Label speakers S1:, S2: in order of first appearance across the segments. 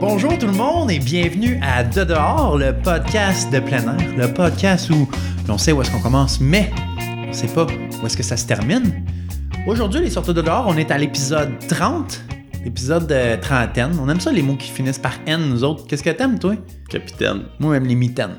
S1: Bonjour tout le monde et bienvenue à De dehors, le podcast de plein air, le podcast où on sait où est-ce qu'on commence, mais on sait pas où est-ce que ça se termine. Aujourd'hui, les sorties de dehors, on est à l'épisode 30, l'épisode de trentaine. On aime ça les mots qui finissent par N, nous autres. Qu'est-ce que t'aimes, toi?
S2: Capitaine,
S1: Moi, j'aime les mitaines.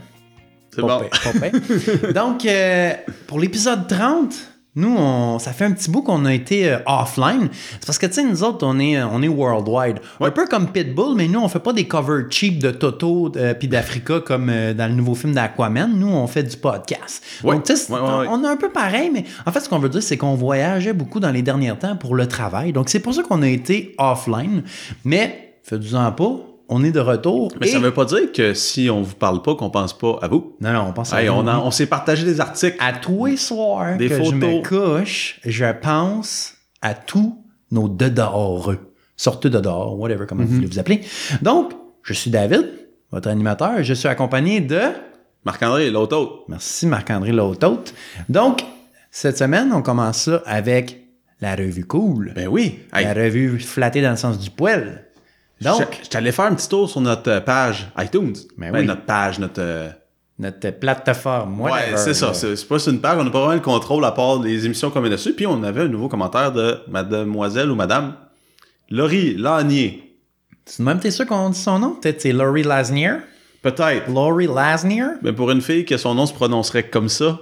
S2: c'est
S1: Pas
S2: bon.
S1: pire, pas pire. Donc, euh, pour l'épisode 30, nous, on- ça fait un petit bout qu'on a été euh, offline. C'est parce que, tu sais, nous autres, on est, on est worldwide. Un peu comme Pitbull, mais nous, on fait pas des covers cheap de Toto euh, puis d'Africa comme euh, dans le nouveau film d'Aquaman. Nous, on fait du podcast.
S2: Ouais.
S1: Donc, tu sais, c'est-
S2: Ouais, ouais, ouais.
S1: on est un peu pareil, mais en fait, ce qu'on veut dire, c'est qu'on voyageait beaucoup dans les derniers temps pour le travail. Donc, c'est pour ça qu'on a été offline. Mais, faites-en pas, on est de retour.
S2: Mais
S1: Et-
S2: ça veut pas dire que si on vous parle pas, qu'on pense pas à vous.
S1: Non, non, on pense à
S2: Hey,
S1: vous.
S2: on, en- on s'est partagé des articles.
S1: À tous les soirs
S2: Des
S1: que je
S2: photos.
S1: me couche, je pense à tous nos dedoreux. Sortez de dehors, whatever, comment
S2: Mhm.
S1: vous voulez vous appeler. Donc, je suis David, votre animateur. Je suis accompagné de...
S2: Marc-André, l'autre autre.
S1: Merci Marc-André Lautote. Donc, cette semaine, on commence ça avec la revue cool.
S2: Ben oui. Hey,
S1: La revue flattée dans le sens du poil. Donc,
S2: je, je t'allais faire un petit tour sur notre euh, page iTunes.
S1: Ben oui.
S2: Notre page, notre. euh,
S1: notre plateforme, whatever,
S2: Ouais, c'est ça.
S1: là.
S2: C'est c'est pas sur une page. On n'a pas vraiment le contrôle à part les émissions qu'on met dessus. Puis on avait un nouveau commentaire de mademoiselle ou madame Laurie Lanier.
S1: C'est de Même, t'es sûr qu'on dit son nom? Peut-être c'est Laurie Lasnier?
S2: Peut-être.
S1: Laurie Lasnier?
S2: Mais pour une fille que son nom se prononcerait comme ça,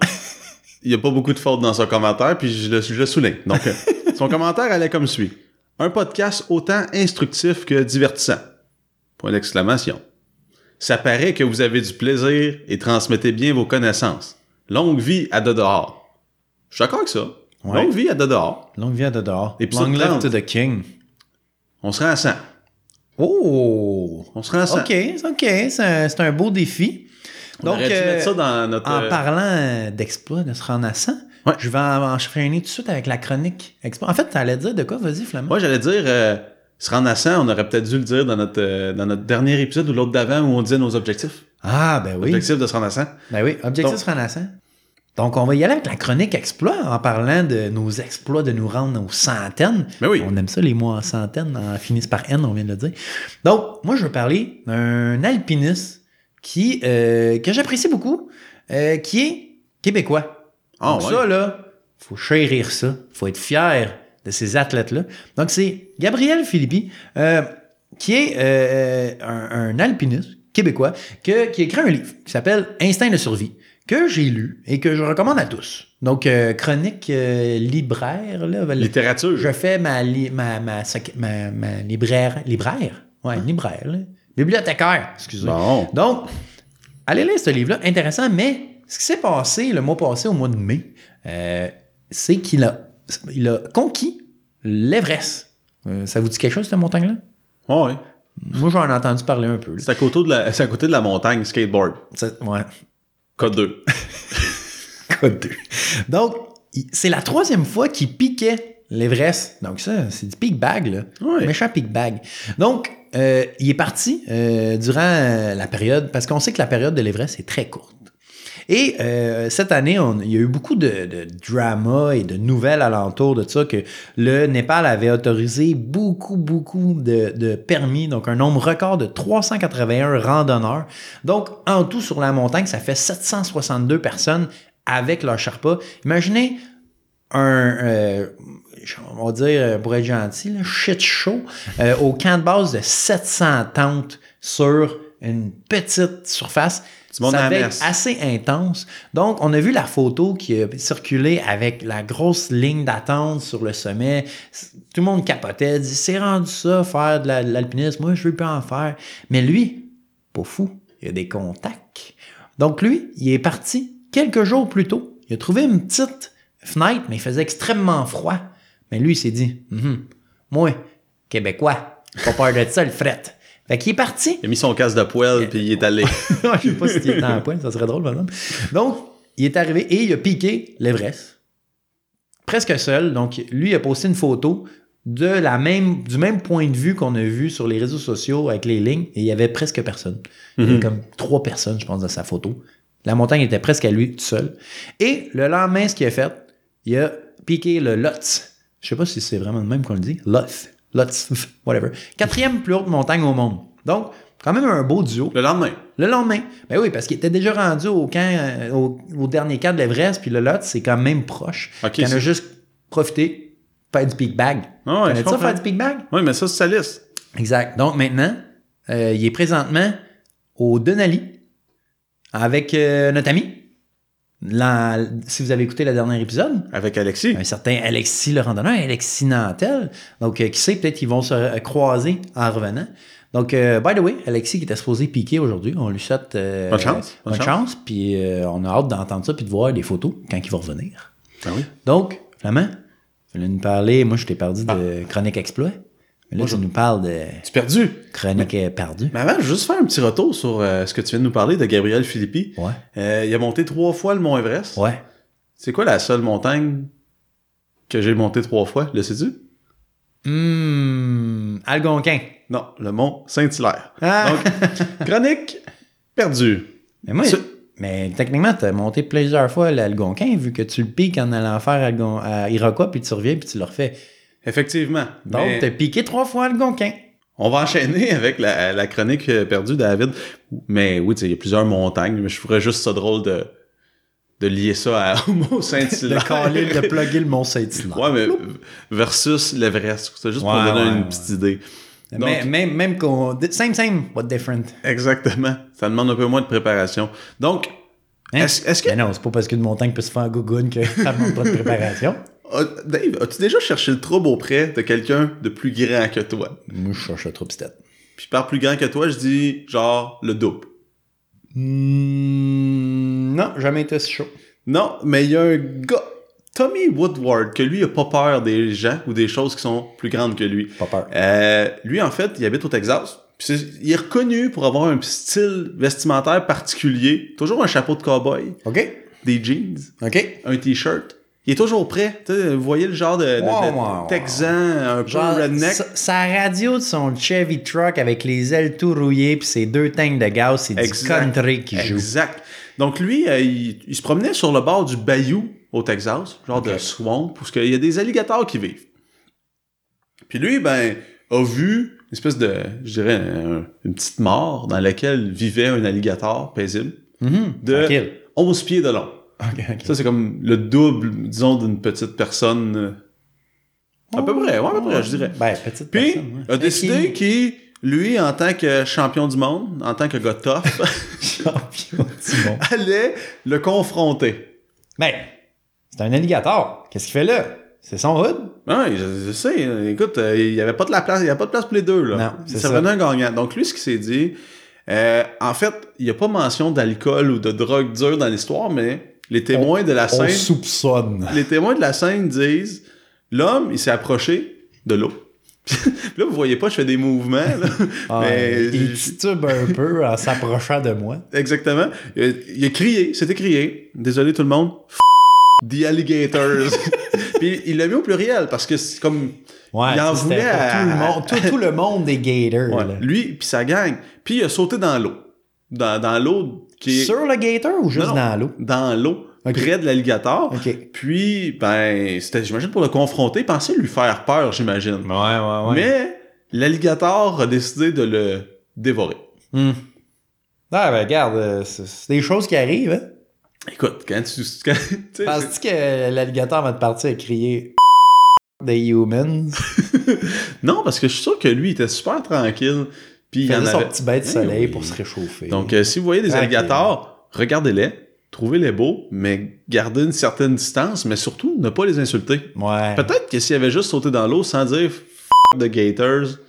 S2: il n'y a pas beaucoup de fautes dans son commentaire, puis je le, je le souligne. Donc, euh, son commentaire allait comme suit. Un podcast autant instructif que divertissant. Point d'exclamation. Ça paraît que vous avez du plaisir et transmettez bien vos connaissances. Longue vie à de dehors. Je suis d'accord avec ça.
S1: Ouais.
S2: Longue vie à de dehors.
S1: Longue vie à Dodor.
S2: Épisode
S1: Long live
S2: 30.
S1: to the king.
S2: On se rend à 100.
S1: Oh!
S2: On se rend à 100.
S1: OK, c'est OK. C'est un, c'est un beau défi.
S2: Donc,
S1: Donc,
S2: aurait dû
S1: euh,
S2: mettre ça dans notre...
S1: en
S2: euh,
S1: parlant euh, d'exploit, de se rendre à 100,
S2: Ouais.
S1: je vais en- enchaîner tout de suite avec la chronique exploit. En fait, tu allais dire de quoi? Vas-y, Flamand.
S2: Moi, j'allais dire, euh, se rendre à 100, on aurait peut-être dû le dire dans notre, euh, dans notre dernier épisode ou l'autre d'avant où on disait nos objectifs.
S1: Ah, ben oui.
S2: Objectif de se rendre à 100.
S1: Ben oui, objectif
S2: Donc-
S1: se rendre à 100. Donc, on va y aller avec la chronique exploit en parlant de nos exploits de nous rendre aux centaines.
S2: Mais Ben oui.
S1: On aime ça, les mots en centaines, en hein, finissent par N, on vient de le dire. Donc, moi, je veux parler d'un alpiniste qui, euh, que j'apprécie beaucoup, euh, qui est québécois.
S2: Ah,
S1: Donc,
S2: ouais.
S1: ça, là, faut chérir ça. faut être fier de ces athlètes-là. Donc, c'est Gabriel Philippi, euh, qui est euh, un, un alpiniste québécois, que- qui a écrit un livre qui s'appelle Instinct de survie, que j'ai lu et que je recommande à tous. Donc, euh, chronique euh, libraire, là, le-
S2: Littérature.
S1: je fais ma, li- ma, ma, sec- ma- ma libraire. Libraire? Ouais, libraire. là. Bibliothécaire, excusez.
S2: Bon.
S1: Donc, allez lire ce livre-là, intéressant, mais ce qui s'est passé le mois passé, au mois de mai, euh, c'est qu'il a, il a conquis l'Everest. Euh, ça vous dit quelque chose, cette montagne-là?
S2: Ouais.
S1: Moi, j'en ai entendu parler un peu. là.
S2: C'est à, côté de la- c'est à côté de la montagne, skateboard.
S1: Ça- ouais.
S2: Code 2.
S1: Code 2. Donc, il- c'est la troisième fois qu'il piquait l'Everest. Donc, ça, c'est du pick bag, là.
S2: Ouais.
S1: Méchant pick bag. Donc, euh, il est parti euh, durant euh, la période, parce qu'on sait que la période de l'Everest est très courte. Et euh, cette année, on- il y a eu beaucoup de, de drama et de nouvelles alentour de ça que le Népal avait autorisé beaucoup, beaucoup de, de permis, donc un nombre record de 381 randonneurs. Donc, en tout, sur la montagne, ça fait 762 personnes avec leur Sherpa. Imaginez un, euh, on va dire, euh, pour être gentil, là, shit show, euh, au camp de base de 700 tentes sur une petite surface.
S2: Du monde
S1: Ça
S2: à la
S1: devait
S2: messe.
S1: être assez intense. Donc, on a vu la photo qui a circulé avec la grosse ligne d'attente sur le sommet. C- Tout le monde capotait, dit c'est rendu ça, faire de la- de l'alpinisme. Moi, je veux plus en faire. Mais lui, pas fou, il a des contacts. Donc, lui, il est parti quelques jours plus tôt. Il a trouvé une petite fenêtre, mais il faisait extrêmement froid. Mais lui, il s'est dit Mhm, Moi, Québécois, pas peur de ça, le fret. Fait qu'il est parti.
S2: Il a mis son casque de poêle, puis il est allé.
S1: Non, je sais pas si était en pointe, ça serait drôle, par exemple. Donc, il est arrivé et il a piqué l'Everest. Presque seul. Donc, lui, il a posté une photo de la même, du même point de vue qu'on a vu sur les réseaux sociaux avec les lignes et il y avait presque personne. Il y avait
S2: Mhm.
S1: comme trois personnes, je pense, dans sa photo. La montagne était presque à lui tout seul. Et le lendemain, ce qu'il a fait, il a piqué le Lotz. Je sais pas si c'est vraiment le même qu'on le dit. Lotz. Lotz. Whatever. Quatrième plus haute montagne au monde. Donc, quand même un beau duo.
S2: Le lendemain.
S1: Le lendemain, ben oui, parce qu'il était déjà rendu au, camp, euh, au, au dernier camp de l'Everest, puis le lot, c'est quand même proche.
S2: Ah, Ok,
S1: il en a
S2: c'est-
S1: juste profité, faire du big bag.
S2: Ah ouais, je
S1: Connais-tu ça,
S2: comprends.
S1: faire du big bag?
S2: Oui, mais ça, c'est sa liste.
S1: Exact. Donc maintenant, euh, il est présentement au Denali avec euh, notre ami. La- si vous avez écouté le dernier épisode,
S2: Avec Alexis.
S1: un certain Alexis le randonneur, Alexis Nantel. Donc, euh, qui sait, peut-être qu'ils vont se euh, croiser en revenant. Donc, euh, by the way, Alexis qui était supposé piquer aujourd'hui, on lui souhaite euh,
S2: Bonne chance,
S1: bonne
S2: bonne
S1: chance. Puis euh, on a hâte d'entendre ça puis de voir les photos quand il va revenir.
S2: Ben oui.
S1: Donc, Flamand, tu voulais nous parler. Moi, je t'ai perdu de
S2: Ah.
S1: Chronique Exploit. Mais là, tu nous parles de
S2: Tu es perdu.
S1: Chronique perdue.
S2: Mais avant, je veux juste faire un petit retour sur euh, ce que tu viens de nous parler de Gabriel Philippi.
S1: Ouais.
S2: Euh, il a monté trois fois le Mont Everest.
S1: Ouais.
S2: C'est quoi la seule montagne que j'ai montée trois fois, le sais-tu?
S1: Hum. Algonquin.
S2: Non, le Mont Saint-Hilaire.
S1: Ah!
S2: Hmm, Donc, chronique perdue.
S1: mais moi,
S2: Ce-
S1: mais techniquement, t'as monté plusieurs fois l'Algonquin, vu que tu le piques en allant faire Algon- à Iroquois, puis tu reviens, puis tu le refais.
S2: Effectivement.
S1: Donc,
S2: Mais
S1: t'as piqué trois fois Algonquin.
S2: on va enchaîner avec la, la chronique euh, perdue, David. Mais oui, tu sais, il y a plusieurs montagnes, mais je ferais juste ça drôle de, de lier ça à, au Mont
S1: Le
S2: Saint-Hilaire.
S1: caler, de plugger le Mont-Saint-Hilaire.
S2: Ouais, mais versus l'Everest. C'est juste pour
S1: Ouais,
S2: donner
S1: ouais,
S2: une
S1: ouais.
S2: petite idée.
S1: Mais-
S2: Donc-
S1: même, même qu'on. Same, same, what different.
S2: Exactement. Ça demande un peu moins de préparation. Donc,
S1: Hein?
S2: est-ce est-ce que.
S1: Mais non, c'est pas parce qu'une montagne peut se faire gougoune que ça demande pas de préparation.
S2: Ah, Dave, as-tu déjà cherché le trouble auprès de quelqu'un de plus grand que toi?
S1: Moi, je cherche le troupe
S2: Puis par plus grand que toi, je dis genre le double.
S1: Hmm, non, jamais été si chaud.
S2: Non, mais il y a un gars, Tommy Woodward, que lui a pas peur des gens ou des choses qui sont plus grandes que lui.
S1: Pas peur.
S2: Euh, lui, en fait, il habite au Texas. Puis c'est- il est reconnu pour avoir un style vestimentaire particulier. Toujours un chapeau de cowboy,
S1: OK?
S2: des jeans,
S1: OK?
S2: un t-shirt. Il est toujours prêt. Tu sais, vous voyez le genre de, de- de
S1: Ouais, ouais, ouais.
S2: Texan, un peu
S1: Genre,
S2: redneck.
S1: sa, sa radio de son Chevy truck avec les ailes tout rouillées puis ses deux tanks de gaz, c'est du
S2: Exact.
S1: country qui joue.
S2: Exact. Donc lui, euh, il, il se promenait sur le bord du bayou au Texas, genre de
S1: Ok.
S2: swamp, parce qu'il y a des alligators qui vivent. Puis lui, ben, a vu une espèce de, je dirais, un- une petite mort dans laquelle vivait un alligator paisible
S1: Mhm.
S2: de
S1: Tranquille.
S2: 11 pieds de long.
S1: OK, OK.
S2: Ça, c'est comme le double, disons, d'une petite personne. euh, À peu près, ouais, à peu près, je dirais.
S1: Ben, petite
S2: Puis,
S1: personne, ouais.
S2: a décidé qu'il, lui, en tant que champion du monde, en tant que gars tough,
S1: Champion du monde.
S2: allait le confronter.
S1: Ben, c'est un alligator. Qu'est-ce qu'il fait là? C'est son hood?
S2: Ah Ouais, je, je sais, euh, écoute, euh, il n'y avait pas de la place, il y avait pas de place pour les deux, là.
S1: Non, c'est
S2: ça
S1: ça.
S2: venait un gagnant. Donc, lui, ce qu'il s'est dit, euh, en fait, il n'y a pas mention d'alcool ou de drogue dure dans l'histoire, mais les témoins de la
S1: On
S2: scène,
S1: soupçonne.
S2: les témoins de la scène disent, l'homme, il s'est approché de l'eau. là, vous voyez pas, je fais des mouvements, là.
S1: Ah,
S2: mais
S1: il
S2: je-
S1: titube un peu en s'approchant de moi.
S2: Exactement. Il a, il a crié, c'était crié. Désolé tout le monde. F- The alligators. Puis il l'a mis au pluriel parce que c'est comme
S1: Ouais,
S2: Il en
S1: ça, c'était
S2: voulait
S1: pour
S2: à-
S1: tout, le monde, tout, tout le monde des gators.
S2: ouais,
S1: là.
S2: lui puis sa gang. Puis il a sauté dans l'eau. Dans, dans l'eau qui est
S1: Sur le gator ou juste
S2: Non, non.
S1: dans l'eau?
S2: dans l'eau
S1: Ok.
S2: près de l'alligator.
S1: OK. Ouais,
S2: Puis ben c'était j'imagine pour le confronter, il pensait lui faire peur, j'imagine.
S1: ouais,
S2: Mais l'alligator a décidé de le dévorer.
S1: Hmm. Ah, ben, regarde, euh, c'est c'est des choses qui arrivent. Hein?
S2: Écoute, quand tu quand- tu sais, c'est-
S1: Penses-tu que l'alligator va te partir et crier des humans?
S2: non parce que je suis sûr que lui il était super tranquille. Puis il
S1: Il
S2: y en
S1: faisait son
S2: avait
S1: petit bain de
S2: Eh
S1: soleil
S2: oui.
S1: pour se réchauffer.
S2: Donc, euh, si vous voyez des
S1: Tranquille.
S2: alligators, regardez-les, trouvez-les beaux, mais gardez une certaine distance, mais surtout, ne pas les insulter.
S1: ouais.
S2: Peut-être que s'ils avaient juste sauté dans l'eau sans dire F the Gators,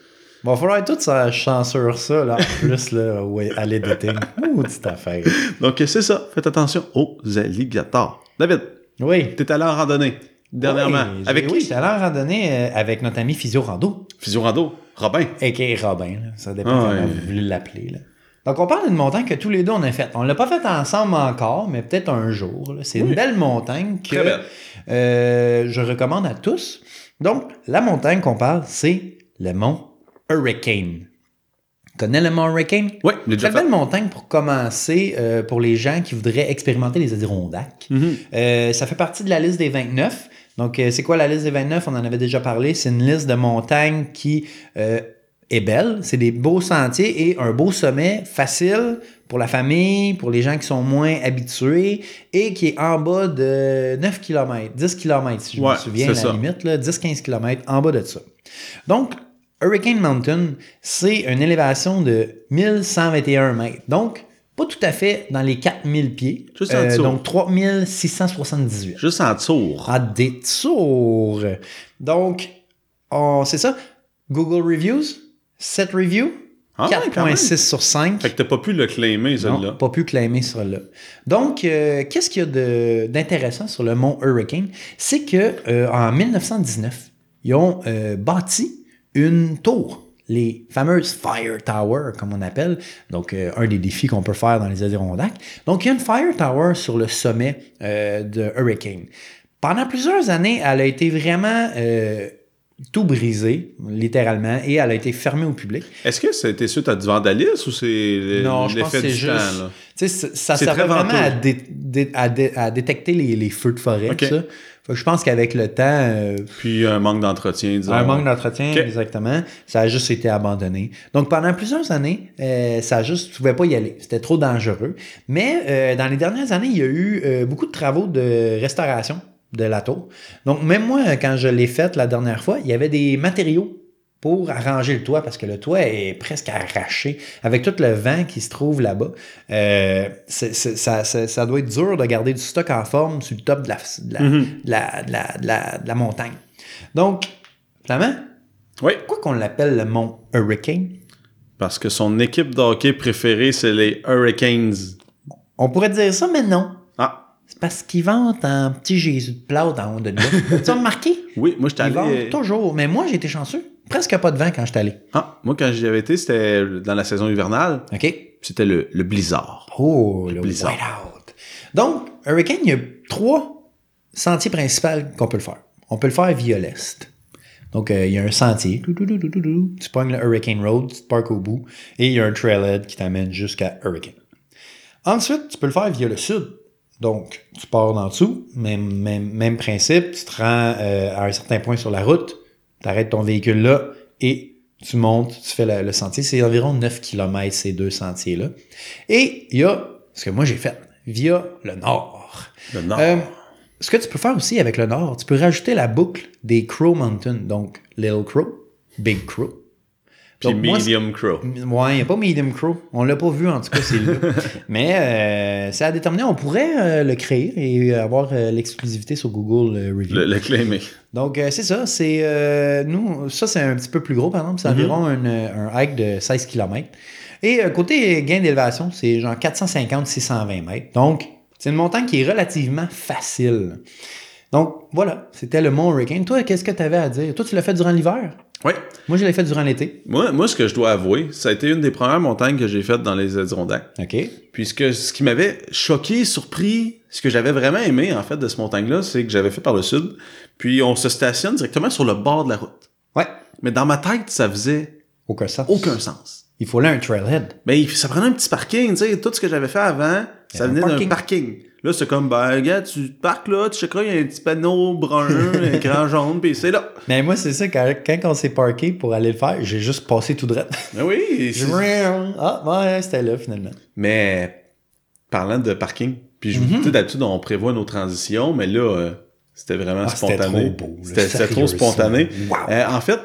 S1: Va falloir tout ça censure ça, là, en plus, là, ouais, à l'éditing. Ouh, petite affaire.
S2: donc euh, c'est ça. Faites attention aux alligators. David,
S1: Oui.
S2: t'es allé en randonnée dernièrement.
S1: Oui,
S2: avec
S1: j'ai-
S2: qui
S1: Oui, j'étais allé en randonnée euh, avec notre ami Physio Rando.
S2: Physio Rando, Robin.
S1: A.K.A. Robin, là. ça dépend
S2: Ah,
S1: comment
S2: ouais.
S1: vous voulez l'appeler. là. Donc, on parle d'une montagne que tous les deux, on a faite. On l'a pas faite ensemble encore, mais peut-être un jour. là. C'est une
S2: Oui.
S1: belle montagne
S2: Très
S1: que
S2: belle.
S1: euh, je recommande à tous. Donc, la montagne qu'on parle, c'est le mont Hurricane. Tu connais le mont Hurricane?
S2: Oui, j'ai déjà
S1: Très
S2: fait.
S1: belle montagne pour commencer, euh, pour les gens qui voudraient expérimenter les Adirondacks.
S2: Mhm.
S1: Euh, ça fait partie de la liste des 29. Donc, euh, c'est quoi la liste des 29? On en avait déjà parlé. C'est une liste de montagnes qui euh, est belle. C'est des beaux sentiers et un beau sommet facile pour la famille, pour les gens qui sont moins habitués et qui est en bas de 9 km, 10 km si je
S2: Ouais,
S1: me souviens à
S2: c'est
S1: la
S2: ça.
S1: limite, 10-15 km en bas de ça. Donc, Hurricane Mountain, c'est une élévation de 1121 mètres. Donc, pas tout à fait dans les 4000 pieds. euh,
S2: Juste en dessous.
S1: donc, 3678.
S2: Juste en tour.
S1: À détour. Donc, on- c'est ça. Google Reviews, 7 reviews,
S2: Ah ouais, quand même.
S1: 4.6 sur 5.
S2: Fait que t'as pas pu le claimer,
S1: Non,
S2: celle-là.
S1: pas pu claimer celle-là. Donc, euh, qu'est-ce qu'il y a de- d'intéressant sur le mont Hurricane? C'est que euh, en 1919, ils ont euh, bâti une tour, les fameuses Fire Tower, comme on appelle. Donc, euh, un des défis qu'on peut faire dans les Adirondacks. Donc, il y a une Fire Tower sur le sommet euh, de Hurricane. Pendant plusieurs années, elle a été vraiment euh, tout brisée, littéralement, et elle a été fermée au public.
S2: Est-ce que c'était suite à du vandalisme ou c'est le-
S1: Non, je pense que
S2: l'effet
S1: c'est
S2: du
S1: juste.
S2: temps, là?
S1: Tu sais, c- ça
S2: C'est
S1: servait
S2: très
S1: vraiment
S2: venteux.
S1: à, dé- dé- à dé- à détecter les, les feux de forêt,
S2: Ok.
S1: tout ça. Fait que je pense qu'avec le temps, euh,
S2: Puis un manque d'entretien, disons.
S1: un manque d'entretien,
S2: Ok.
S1: exactement, ça a juste été abandonné. Donc pendant plusieurs années, euh, ça a juste, tu pouvais pas y aller. C'était trop dangereux. Mais euh, dans les dernières années, il y a eu euh, beaucoup de travaux de restauration de la tour. Donc même moi, quand je l'ai faite la dernière fois, il y avait des matériaux pour arranger le toit parce que le toit est presque arraché avec tout le vent qui se trouve là-bas. Euh, c'est- c'est- ça, ça- ça doit être dur de garder du stock en forme sur le top de la, de la-
S2: Mhm.
S1: de la- de la- de la- de la montagne. Donc, finalement,
S2: Oui,
S1: pourquoi qu'on l'appelle le mont Hurricane?
S2: parce que son équipe de hockey préférée, c'est les Hurricanes.
S1: On pourrait dire ça, mais non.
S2: Ah,
S1: C'est parce qu'ils vendent un petit Jésus de plâtre en haut de nous. tu as remarqué?
S2: oui, moi, j'étais
S1: Ils vendent
S2: allé...
S1: toujours. Mais moi, j'ai été chanceux. Presque pas de vent quand j'étais allé.
S2: Ah, moi, quand j'y avais été, c'était dans la saison hivernale.
S1: OK?
S2: C'était le, le blizzard.
S1: Oh, le
S2: Blizzard.
S1: whiteout. Donc, Hurricane, il y a trois sentiers principaux qu'on peut le faire. On peut le faire via l'est. Donc, euh, il y a un sentier. Dou, dou, dou, dou, dou, dou. Tu pognes le Hurricane Road, tu te parques au bout, et il y a un trailhead qui t'amène jusqu'à Hurricane. Ensuite, tu peux le faire via le sud. Donc, tu pars d'en dessous, même, même, même principe, tu te rends euh, à un certain point sur la route, tu arrêtes ton véhicule là et tu montes, tu fais la- le sentier. C'est environ 9 km ces deux sentiers-là. Et il y a ce que moi j'ai fait via le nord.
S2: Le nord.
S1: Euh, ce que tu peux faire aussi avec le nord, tu peux rajouter la boucle des Crow Mountain, donc Little Crow, Big Crow.
S2: puis
S1: donc, moi,
S2: Medium Crow.
S1: Ouais, il n'y a pas Medium Crow. On l'a pas vu, en tout cas, c'est là. Mais euh, c'est à déterminer. On pourrait euh, le créer et avoir euh, l'exclusivité sur Google euh, Review.
S2: Le, le claimé.
S1: Donc, euh, c'est ça. C'est euh, nous, ça, c'est un petit peu plus gros, par exemple. C'est
S2: Mhm.
S1: environ un, euh, un hike de 16 km. Et euh, côté gain d'élévation, c'est genre 450-620 mètres. Donc, c'est une montagne qui est relativement facile. Donc, voilà, c'était le Mont Hurricane. Toi, qu'est-ce que tu avais à dire? Toi, tu l'as fait durant l'hiver?
S2: Oui.
S1: Moi, je l'ai fait durant l'été.
S2: Moi, moi, ce que je dois avouer, ça a été une des premières montagnes que j'ai faites dans les Adirondacks.
S1: OK.
S2: Puis ce, que- ce qui m'avait choqué, surpris, ce que j'avais vraiment aimé en fait de ce montagne-là, c'est que j'avais fait par le sud. Puis on se stationne directement sur le bord de la route.
S1: Ouais.
S2: Mais dans ma tête, ça faisait
S1: Aucun sens.
S2: aucun sens.
S1: Il faut là un trailhead.
S2: Mais Ben, il- ça prenait un petit parking, tu sais, tout ce que j'avais fait avant,
S1: Il y a
S2: ça
S1: un
S2: venait
S1: parking.
S2: d'un parking. Là, c'est comme, ben, gars, tu te parques là, tu checkeras, il y a un petit panneau brun, un grand jaune, puis c'est là.
S1: Mais moi, c'est ça, quand, quand on s'est parqué pour aller le faire, j'ai juste passé tout droit.
S2: Mais Ben oui, c'est-
S1: ah, ouais, c'était là, finalement.
S2: Mais parlant de parking, puis je vous
S1: Mhm.
S2: dis d'habitude on prévoit nos transitions, mais là euh, c'était vraiment
S1: Ah, c'était trop
S2: spontané.
S1: beau. là,
S2: C'était c'était trop
S1: sérieux,
S2: spontané.
S1: ça. Wow.
S2: Euh, en fait,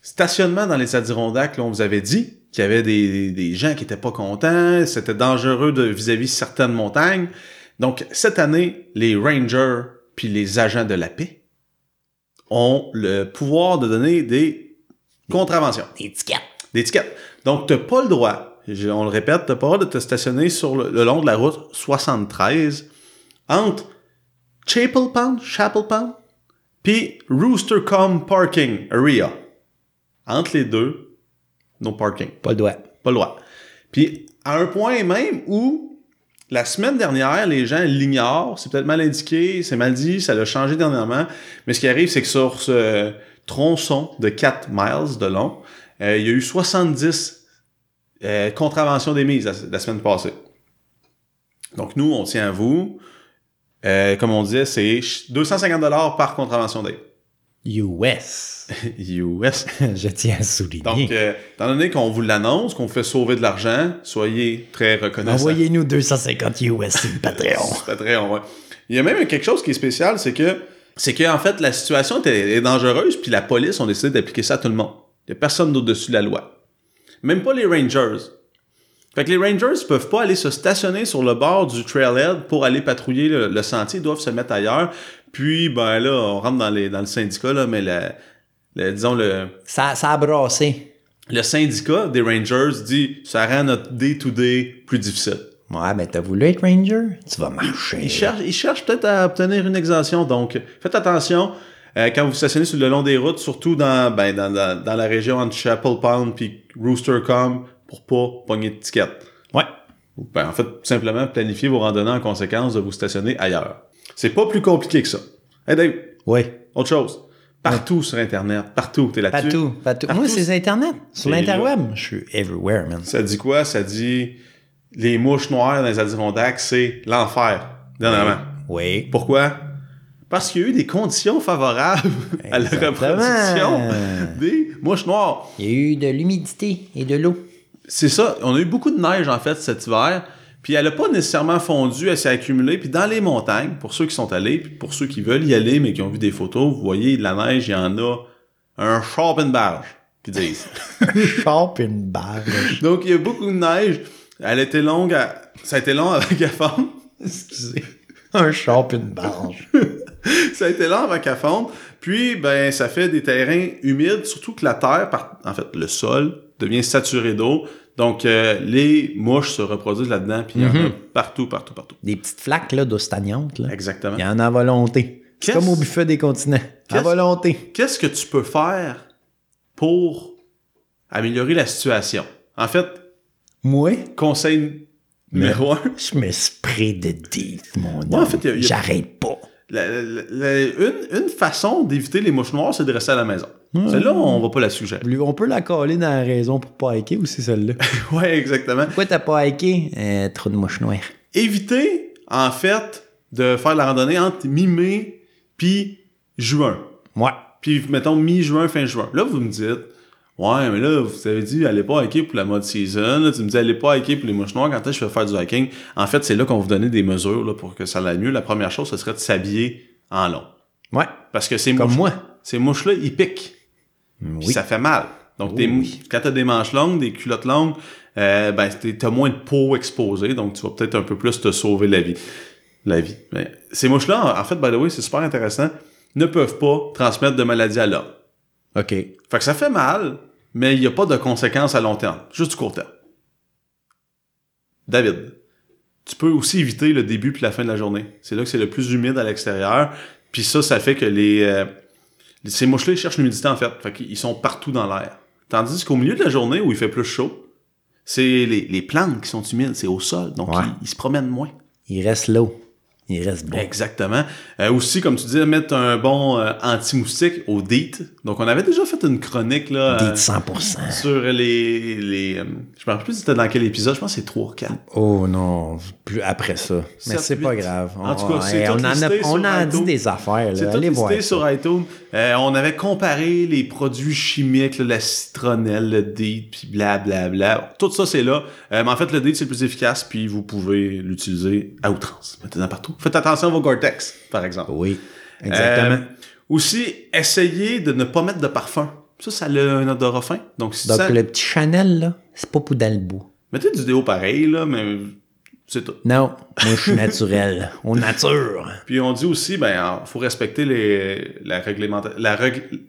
S2: stationnement dans les Adirondacks, là, on vous avait dit qu'il y avait des, des gens qui étaient pas contents, c'était dangereux de vis-à-vis certaines montagnes. Donc cette année, les rangers puis les agents de la paix ont le pouvoir de donner des contraventions des tickets. Donc, t'as pas le droit, je- on le répète, t'as pas le droit de te stationner sur le, le long de la route 73 entre Chapel Pound, Chapel Pound, puis Rooster Combe Parking Area. Entre les deux, no parking.
S1: Pas le doigt.
S2: Pas le droit. Puis, à un point même où, la semaine dernière, les gens l'ignorent, c'est peut-être mal indiqué, c'est mal dit, ça l'a changé dernièrement, mais ce qui arrive, c'est que sur ce tronçon de 4 miles de long, euh, il y a eu 70 euh, contraventions d'émises la, la semaine passée. Donc, nous, on tient à vous. Euh, comme on disait, c'est ch- 250 par contravention d'émise.
S1: US.
S2: US.
S1: Je tiens à souligner.
S2: Donc, euh, étant donné qu'on vous l'annonce, qu'on vous fait sauver de l'argent, soyez très reconnaissants.
S1: Envoyez-nous 250 US sur le Patreon.
S2: C'est Patreon, ouais. Il y a même quelque chose qui est spécial, c'est que c'est que en fait la situation était, est dangereuse, puis la police ont décidé d'appliquer ça à tout le monde. Il n'y a personne d'au-dessus de la loi. Même pas les Rangers. Fait que les Rangers peuvent pas aller se stationner sur le bord du trailhead pour aller patrouiller le, le sentier, ils doivent se mettre ailleurs. Puis ben là, on rentre dans, les, dans le syndicat, là, mais la, la- disons le,
S1: ça, ça a brassé.
S2: le syndicat des Rangers dit ça rend notre day-to-day plus difficile.
S1: Ouais, mais t'as voulu être Ranger? Tu vas marcher.
S2: Ils cherchent, ils cherchent peut-être à obtenir une exemption, donc faites attention euh, quand vous vous stationnez sur le long des routes, surtout dans, ben, dans, dans, dans la région entre Chapel Pound puis Roostercom pour pas pogner de ticket.
S1: Ouais.
S2: Ben, en fait, tout simplement planifiez vos randonnées en conséquence de vous stationner ailleurs. C'est pas plus compliqué que ça. Hey Dave,
S1: Ouais.
S2: autre chose. Partout sur Internet, partout, t'es là-dessus.
S1: Partout, partout. Moi,
S2: Partout,
S1: c'est Internet. Sur
S2: c'est
S1: l'Interweb. Je suis everywhere, man.
S2: Ça dit quoi? Ça dit les mouches noires dans les Adirondacks, c'est l'enfer, dernièrement.
S1: Oui.
S2: Pourquoi? Parce qu'il y a eu des conditions favorables à la
S1: Exactement.
S2: reproduction des mouches noires.
S1: Il y a eu de l'humidité et de l'eau.
S2: C'est ça, on a eu beaucoup de neige en fait cet hiver, puis elle n'a pas nécessairement fondu, elle s'est accumulée, puis dans les montagnes, pour ceux qui sont allés, puis pour ceux qui veulent y aller mais qui ont vu des photos, vous voyez de la neige, il y en a un sharp une barge, qu'ils disent.
S1: Sharp une barge.
S2: Donc il y a beaucoup de neige, elle était longue, à- ça a été long avant qu'elle fonde.
S1: Excusez. Un sharp une barge.
S2: ça a été lent avant qu'elle fonde. Puis, ben, ça fait des terrains humides, surtout que la terre, par- en fait, le sol devient saturé d'eau. Donc, euh, les mouches se reproduisent là-dedans, puis il y en a partout, partout, partout.
S1: Des petites flaques, là, d'eau stagnante, là.
S2: Exactement.
S1: Il y en a à volonté. C'est
S2: Qu'est-ce-
S1: comme au buffet des continents. À
S2: Qu'est-ce-
S1: volonté.
S2: Qu'est-ce que tu peux faire pour améliorer la situation? En fait,
S1: Moi,
S2: conseil numéro un,
S1: je me spray de deep, mon homme.
S2: en fait, il y a- il y a-
S1: J'arrête pas.
S2: la- la- la- une, une façon d'éviter les mouches noires, c'est de rester à la maison. Celle-là, on va pas la suggérer.
S1: Lui, On peut la coller dans la raison pour pas hiker aussi, celle-là.
S2: ouais, exactement.
S1: Pourquoi t'as pas hiké? Euh, trop de mouches noires.
S2: éviter, en fait, de faire de la randonnée entre mi-mai puis juin.
S1: Moi.
S2: Puis, mettons, mi-juin, fin juin. Là, vous me dites, ouais, mais là, vous avez dit, allez pas hiker pour la mode season. Là, tu me dis, allez pas hiker pour les mouches noires. Quand est-ce que je vais faire du hiking? En fait, c'est là qu'on vous donnait des mesures là, pour que ça aille mieux. La première chose, ce serait de s'habiller en long.
S1: Ouais.
S2: Parce que ces
S1: Comme
S2: mouches-
S1: moi.
S2: ces mouches-là, ils piquent.
S1: Oui. Oh
S2: Puis ça fait mal. Donc, tes-
S1: Oui.
S2: quand t'as des manches longues, des culottes longues, euh, ben, t'es- t'as moins de peau exposée, donc tu vas peut-être un peu plus te sauver la vie. La vie. Mais ces mouches-là, en- en fait, by the way, c'est super intéressant, ne peuvent pas transmettre de maladie à l'homme.
S1: OK.
S2: Fait que ça fait mal, mais il n'y a pas de conséquences à long terme, juste du court terme. David, tu peux aussi éviter le début puis la fin de la journée. C'est là que c'est le plus humide à l'extérieur. Puis ça, ça fait que les, euh, ces mouches-là, ils cherchent l'humidité en fait. Fait qu'ils sont partout dans l'air. Tandis qu'au milieu de la journée où il fait plus chaud, c'est les, les plantes qui sont humides, c'est au sol. Donc
S1: Ouais.
S2: ils, ils se promènent moins.
S1: Il reste l'eau. Il reste bon.
S2: Exactement. Euh, aussi, comme tu dis, mettre un bon euh, anti-moustique au DEET. Donc on avait déjà fait une chronique là.
S1: Des
S2: euh,
S1: 100%.
S2: sur les. les euh, je me rappelle plus si c'était dans quel épisode, je pense que c'est 3 4.
S1: Oh non, plus après ça. Mais
S2: Sept,
S1: c'est pas
S2: huit.
S1: grave.
S2: En
S1: On-
S2: tout cas, c'est
S1: hey, on,
S2: tout
S1: en a,
S2: listé
S1: on
S2: sur
S1: en
S2: iTunes.
S1: dit des affaires.
S2: C'est
S1: Là.
S2: tout
S1: Allez voir.
S2: listé sur iTunes. Euh, on avait comparé les produits chimiques, là, la citronnelle, le date, puis blablabla. Tout ça, c'est là. Euh, mais en fait, le date, c'est le plus efficace, puis vous pouvez l'utiliser à outrance. Maintenant, partout. Faites attention à vos Gore-Tex, par exemple.
S1: Oui, Oh, exactement.
S2: Euh, aussi, essayez de ne pas mettre de parfum. Ça, ça a un odorat fin. Donc, si
S1: Donc
S2: ça...
S1: le petit Chanel, là, c'est pas pour dans le bout.
S2: Mettez du déo pareil, là, mais c'est tout.
S1: Non, moi je suis naturel. Au nature.
S2: Puis on dit aussi, ben, faut respecter les, la réglementation. La règle-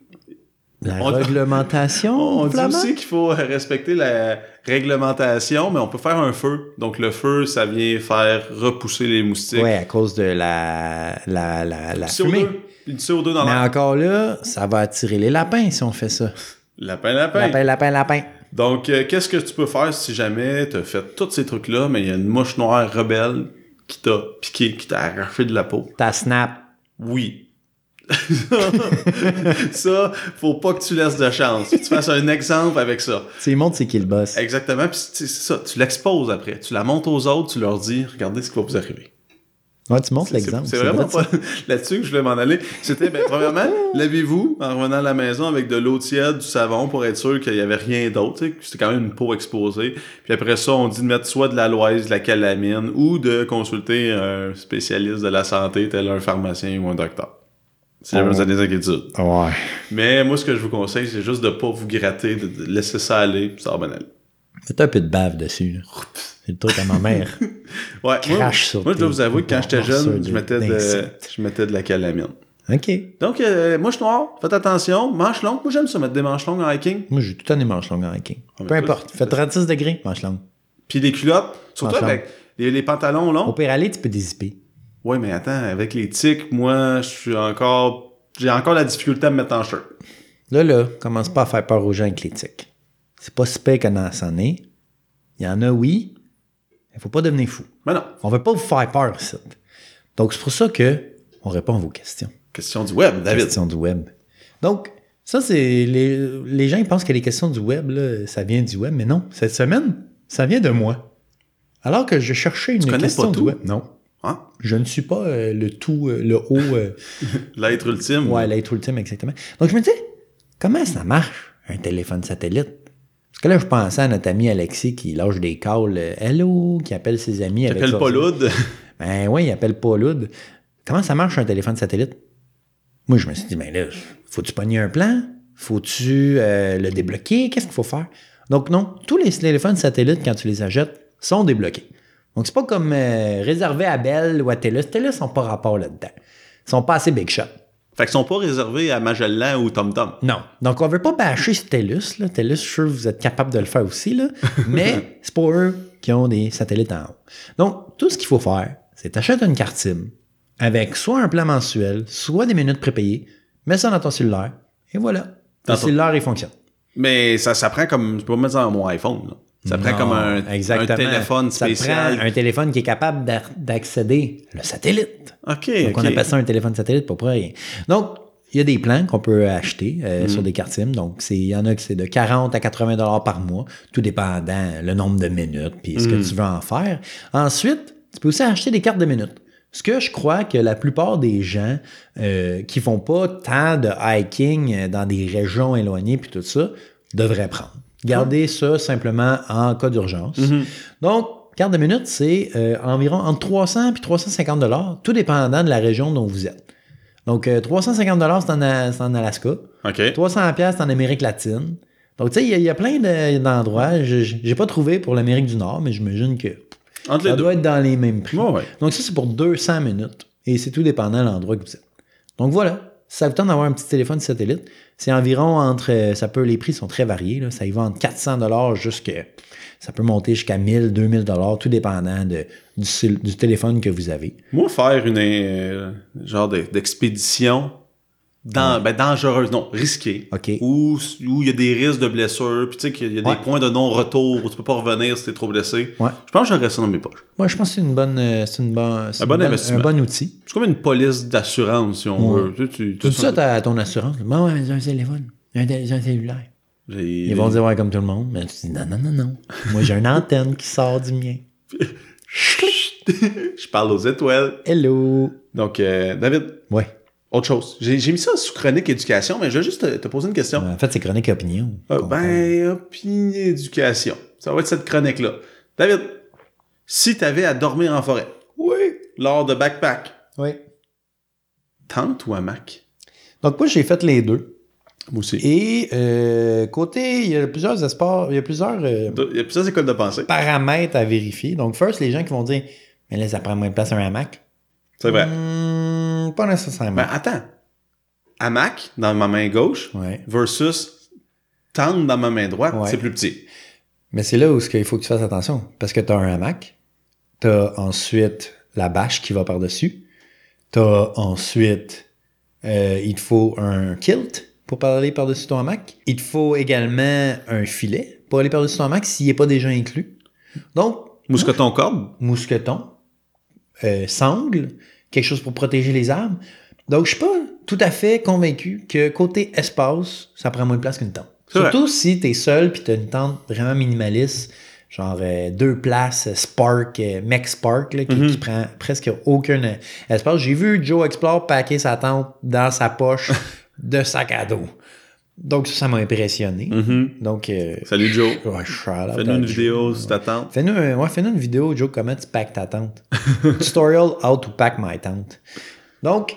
S1: La
S2: On-
S1: réglementation.
S2: on
S1: Oh,
S2: dit
S1: Flamand?
S2: aussi qu'il faut respecter la réglementation, mais on peut faire un feu. Donc le feu, ça vient faire repousser les moustiques.
S1: Ouais, à cause de la, la, la, la
S2: Du
S1: fumée.
S2: CO2, puis du CO2 dans
S1: Mais
S2: l'air.
S1: encore là, ça va attirer les lapins si on fait ça.
S2: Lapin, lapin.
S1: Lapin, lapin, lapin.
S2: Donc, euh, qu'est-ce que tu peux faire si jamais t'as fait tous ces trucs-là, mais il y a une mouche noire rebelle qui t'a piqué, qui t'a arraché de la peau?
S1: Ta snap.
S2: Oui. ça, faut pas que tu laisses de chance. Tu fasses un exemple avec ça.
S1: Tu lui montres c'est qui le boss.
S2: Exactement. Puis c'est c'est ça, tu l'exposes après. Tu la montes aux autres, tu leur dis, regardez ce qui va vous arriver.
S1: Ouais, tu montres
S2: C'est-
S1: l'exemple.
S2: C'est vraiment
S1: vrai, ça.
S2: pas là-dessus que je voulais m'en aller. C'était, ben, premièrement, lavez-vous en revenant à la maison avec de l'eau tiède, du savon pour être sûr qu'il n'y avait rien d'autre. tu sais, que C'était quand même une peau exposée. Puis après ça, on dit de mettre soit de l'aloise, de la calamine ou de consulter un spécialiste de la santé, tel un pharmacien ou un docteur. Si jamais
S1: Oh.
S2: vous avez des inquiétudes.
S1: Ouais.
S2: Mais moi, ce que je vous conseille, c'est juste de pas vous gratter, de de laisser ça aller, puis ça va bien aller.
S1: Mets un peu de bave dessus. là. C'est le truc à ma mère.
S2: Ouais, moi,
S1: Crache sur
S2: moi, je dois
S1: tes-
S2: vous avouer que quand
S1: tes
S2: j'étais jeune,
S1: morceaux
S2: je
S1: de-
S2: mettais, de,
S1: d'insectes.
S2: je mettais de la calamine.
S1: OK.
S2: Donc, euh, mouche noire, faites attention. Manche longue, moi j'aime ça mettre des manches longues en hiking.
S1: Moi, j'ai tout le temps des manches longues en hiking.
S2: Ah, mais
S1: Peu
S2: toi,
S1: importe.
S2: c'est-
S1: Fait 36 degrés, manches longues.
S2: Puis les culottes, surtout
S1: Manche
S2: avec les, les pantalons
S1: Au
S2: longs.
S1: pire aller, tu peux dézipper.
S2: Ouais, mais attends, avec les tics, moi, je suis encore. J'ai encore la difficulté à me mettre en shirt.
S1: Là, là, commence pas à faire peur aux gens avec les tics. C'est pas si pire qu'on en s'en est. Il y en a, oui. Il faut pas devenir fou.
S2: Mais non,
S1: On veut pas vous faire peur, ici. Donc, c'est pour ça que on répond à vos questions.
S2: question du web, David.
S1: Questions du web. Donc, ça, c'est. Les, les gens, ils pensent que les questions du web, là, ça vient du web, mais non. Cette semaine, ça vient de moi. Alors que je cherchais une
S2: connais
S1: question
S2: pas
S1: du
S2: tout?
S1: web. Non.
S2: Hein?
S1: Je ne suis pas euh, le tout, euh, le haut. euh,
S2: L'être ultime.
S1: Ouais, l'être ultime, exactement. Donc, je me disais, comment ça marche, un téléphone satellite? Parce que là, je pensais à notre ami Alexis qui lâche des calls euh, Hello, qui appelle ses amis. avec
S2: T'appelles
S1: leur-
S2: pas l'oud.
S1: Ben oui, il appelle pas Loud. Comment ça marche, un téléphone satellite? Moi, je me suis dit, ben là, faut-tu pogner un plan? Faut-tu euh, le débloquer? Qu'est-ce qu'il faut faire? Donc, non, tous les téléphones satellites, quand tu les achètes, sont débloqués. Donc, c'est pas comme euh, réservé à Bell ou à TELUS. TELUS sont pas rapport là-dedans. Ils sont pas assez big shot.
S2: Fait qu'ils sont pas réservés à Magellan ou Tom Tom.
S1: Non. Donc, on veut pas bâcher ce TELUS. Là. TELUS, je suis sûr que vous êtes capable de le faire aussi. Là. Mais c'est pas eux qui ont des satellites en haut. Donc, tout ce qu'il faut faire, c'est t'achètes une carte SIM avec soit un plan mensuel, soit des minutes prépayées, mets ça dans ton cellulaire, et voilà. Ton
S2: Dans ton-
S1: cellulaire, il fonctionne.
S2: Mais ça, ça prend comme. Je peux pas mettre ça dans mon iPhone. là. Ça prend
S1: Non,
S2: comme un, un
S1: exactement.
S2: téléphone
S1: Ça
S2: spécial.
S1: prend un téléphone qui est capable d'ac- d'accéder le satellite.
S2: Ok,
S1: Donc,
S2: ok.
S1: on appelle ça un téléphone satellite pour pas rien. Donc, il y a des plans qu'on peut acheter
S2: Mm.
S1: euh, sur des cartes SIM. Donc, c'est- il y en a qui c'est de 40 à 80 dollars par mois, tout dépendant le nombre de minutes puis ce
S2: Mm.
S1: que tu veux en faire. Ensuite, tu peux aussi acheter des cartes de minutes. Ce que je crois que la plupart des gens euh, qui font pas tant de hiking euh, dans des régions éloignées puis tout ça devraient prendre. Gardez
S2: Ah.
S1: ça simplement en cas d'urgence.
S2: Mm-hmm.
S1: Donc, carte de minute, c'est euh, environ entre 300 et 350 dollars, tout dépendant de la région dont vous êtes. Donc, euh, 350 dollars, c'est en, A- c'est en Alaska.
S2: Ok.
S1: 300 pièces en Amérique latine. Donc, tu sais, il y, a- il y a plein de- d'endroits. Je- je- J'ai pas trouvé pour l'Amérique du Nord, mais j'imagine que
S2: Entre les
S1: ça
S2: deux.
S1: doit être dans les mêmes prix.
S2: Ouais, ouais.
S1: Donc, ça, c'est pour 200 minutes. Et c'est tout dépendant de l'endroit que vous êtes. Donc, voilà. Ça vous tente d'avoir un petit téléphone satellite. C'est environ entre. euh, Ça peut, les prix sont très variés. là. Ça y va entre 400 jusqu'à. Ça peut monter jusqu'à 1000, 2000 tout dépendant de, du, cell- du téléphone que vous avez.
S2: Moi, faire une euh, genre de- d'expédition dan- ben, dangereuse, non, risquée.
S1: OK.
S2: Où où il y a des risques de blessures, puis tu sais qu'il y a
S1: Ouais.
S2: des points de non-retour où tu peux pas revenir si t'es trop blessé.
S1: Ouais.
S2: Je pense que j'aurais ça dans mes poches.
S1: Moi, je pense que c'est une bonne. euh, C'est une bonne, c'est
S2: Un
S1: une
S2: bon
S1: bonne-
S2: investissement.
S1: Un bon outil.
S2: C'est comme une police d'assurance, si on
S1: Ouais.
S2: veut. Tu, sais, tu,
S1: Tu dis ça à à ton assurance. Bon, ouais, mais j'ai un téléphone. J'ai un, tél- j'ai un cellulaire.
S2: J'ai-
S1: Ils vont dire ouais comme tout le monde. Mais tu dis non, non, non, non. Moi, j'ai une antenne qui sort du mien.
S2: Je parle aux étoiles.
S1: Hello.
S2: Donc, euh, David,
S1: Ouais.
S2: autre chose. J'ai j'ai mis ça sous chronique éducation, mais je vais juste te, te poser une question.
S1: En fait, c'est chronique opinion.
S2: Euh,
S1: qu'on parle.
S2: ben, opinion éducation. Ça va être cette chronique-là. David, si t'avais à dormir en forêt,
S1: Oui.
S2: lors de backpack,
S1: Oui.
S2: Tente ou hamac?
S1: Donc, moi, j'ai fait les deux.
S2: Moi aussi.
S1: Et euh, côté, il y a plusieurs espoirs, il y a plusieurs euh,
S2: Il y a plusieurs écoles de pensée.
S1: paramètres à vérifier. Donc, first, les gens qui vont dire Mais là, ça prend moins de place un hamac.
S2: C'est
S1: Mm.
S2: vrai.
S1: Hmm, pas
S2: Mais
S1: nécessairement.
S2: attends. Hamac dans ma main gauche
S1: Ouais.
S2: versus tente dans ma main droite,
S1: Ouais.
S2: c'est plus petit.
S1: Mais c'est là où il faut que tu fasses attention. Parce que tu as un hamac, tu as ensuite la bâche qui va par-dessus, tu as ensuite, euh, il te faut un kilt pour pas aller par-dessus ton hamac, il te faut également un filet pour aller par-dessus ton hamac s'il n'est pas déjà inclus. Donc,
S2: Mousqueton corde.
S1: mousqueton, euh, sangle, quelque chose pour protéger les arbres. Donc, je suis pas tout à fait convaincu que côté espace, ça prend moins de place qu'une tente.
S2: C'est vrai.
S1: Surtout si tu es seul puis tu as une tente vraiment minimaliste genre euh, deux places, euh, Spark, euh, Mech Spark, là, qui,
S2: Mhm.
S1: qui prend presque aucun euh, espace. J'ai vu Joe Explore paquer sa tente dans sa poche de sac à dos. Donc, ça, ça m'a impressionné. Donc, euh,
S2: Salut Joe.
S1: ouais, shout-out
S2: Mm. Fais-nous
S1: à
S2: une
S1: Joe.
S2: vidéo si t'attends.
S1: Fais-nous un- ouais, fais-nous une vidéo, Joe, comment tu packs ta tente. Tutorial how to pack my tente. Donc,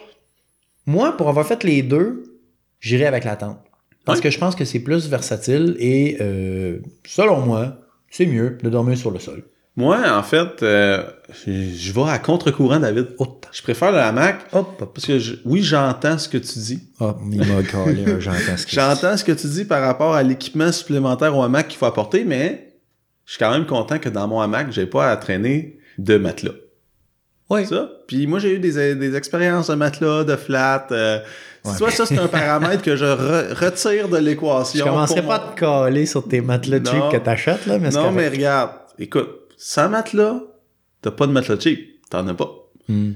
S1: moi, pour avoir fait les deux, j'irai avec la tente. Parce
S2: Ouais.
S1: que je pense que c'est plus versatile et, euh, selon moi, c'est mieux de dormir sur le sol.
S2: Moi, en fait, euh, je je vais à contre-courant, David.
S1: Hop,
S2: Je préfère le hamac
S1: hop, hop.
S2: parce que, je- oui, j'entends ce que tu dis.
S1: Ah, il m'a calé un j'entends ce que
S2: J'entends ce que tu dis par rapport à l'équipement supplémentaire au hamac qu'il faut apporter, mais je suis quand même content que dans mon hamac, j'ai pas à traîner de matelas.
S1: Oui.
S2: Ça. Puis moi, j'ai eu des, des expériences de matelas, de flat. euh,
S1: Ouais.
S2: Soit ça, c'est un paramètre que je re- retire de l'équation.
S1: Je
S2: pour
S1: commencerai
S2: mon-
S1: pas à te caler sur tes matelas cheap
S2: Non.
S1: que t'achètes, là, mais c'est
S2: Non, mais
S1: correct.
S2: regarde, écoute, sans matelas, t'as pas de matelas cheap. T'en as pas.
S1: Hmm.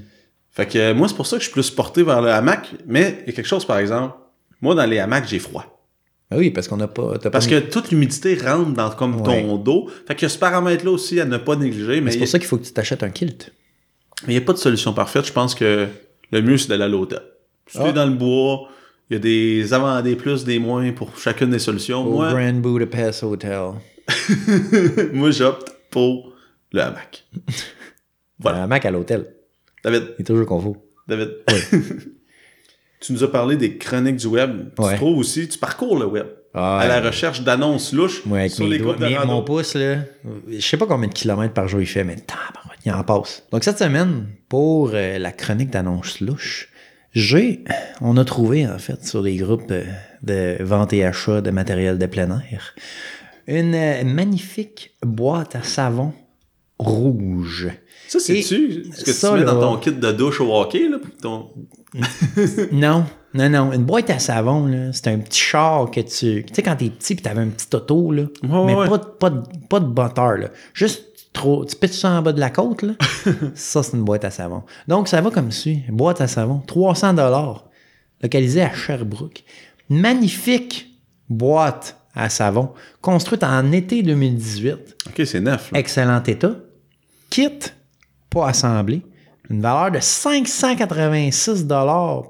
S2: Fait que euh, moi, c'est pour ça que je suis plus porté vers le hamac. Mais il y a quelque chose, par exemple, moi, dans les hamacs, j'ai froid.
S1: Ah oui, parce qu'on n'a pas. t'as pas
S2: Parce
S1: mis-
S2: que toute l'humidité rentre dans comme ton dos. Fait que ce paramètre-là aussi à ne pas négliger,
S1: Mais
S2: mais
S1: c'est
S2: il
S1: pour ça qu'il faut que tu t'achètes un kilt.
S2: n'y a pas de solution parfaite. Je pense que le mieux, c'est d'aller à l'hôtel. Si
S1: Ah.
S2: t'es dans le bois, il y a des avant, des plus, des moins pour chacune des solutions.
S1: Au
S2: Moi,
S1: Grand Budapest Hotel.
S2: moi j'opte pour le hamac. Voilà.
S1: Un hamac à l'hôtel.
S2: David,
S1: Il est toujours confus.
S2: David. tu nous as parlé des chroniques du web. Tu
S1: Ouais.
S2: trouves aussi, tu parcours le web
S1: Ah,
S2: à la recherche d'annonces louches
S1: moi, avec
S2: sur
S1: mes
S2: les
S1: doigts,
S2: groupes de
S1: mes-
S2: rando.
S1: mon pouce, là, je sais pas combien de kilomètres par jour il fait, mais tabarouette, il en passe. Donc, cette semaine, pour euh, la chronique d'annonces louches, j'ai, on a trouvé, en fait, sur les groupes euh, de vente et achat de matériel de plein air, une euh, magnifique boîte à savon rouge.
S2: Ça, c'est-tu ce que
S1: ça,
S2: tu mets dans
S1: là-
S2: ton kit de douche au hockey? Là, pour ton...
S1: Non, non, non. Une boîte à savon, là, c'est un petit char que tu. Tu sais, quand t'es petit pis t'avais un petit auto, là.
S2: ouais,
S1: mais
S2: ouais.
S1: Pas, de- pas, de- pas de moteur, là. Juste trop. Tu pitches ça en bas de la côte, là. ça, c'est une boîte à savon. Donc, ça va comme suit. Boîte à savon, 300 localisée à Sherbrooke. Magnifique boîte à savon, construite en été 2018.
S2: OK, c'est neuf. là.
S1: Excellent état. Kit, pas assemblé. Une valeur de 586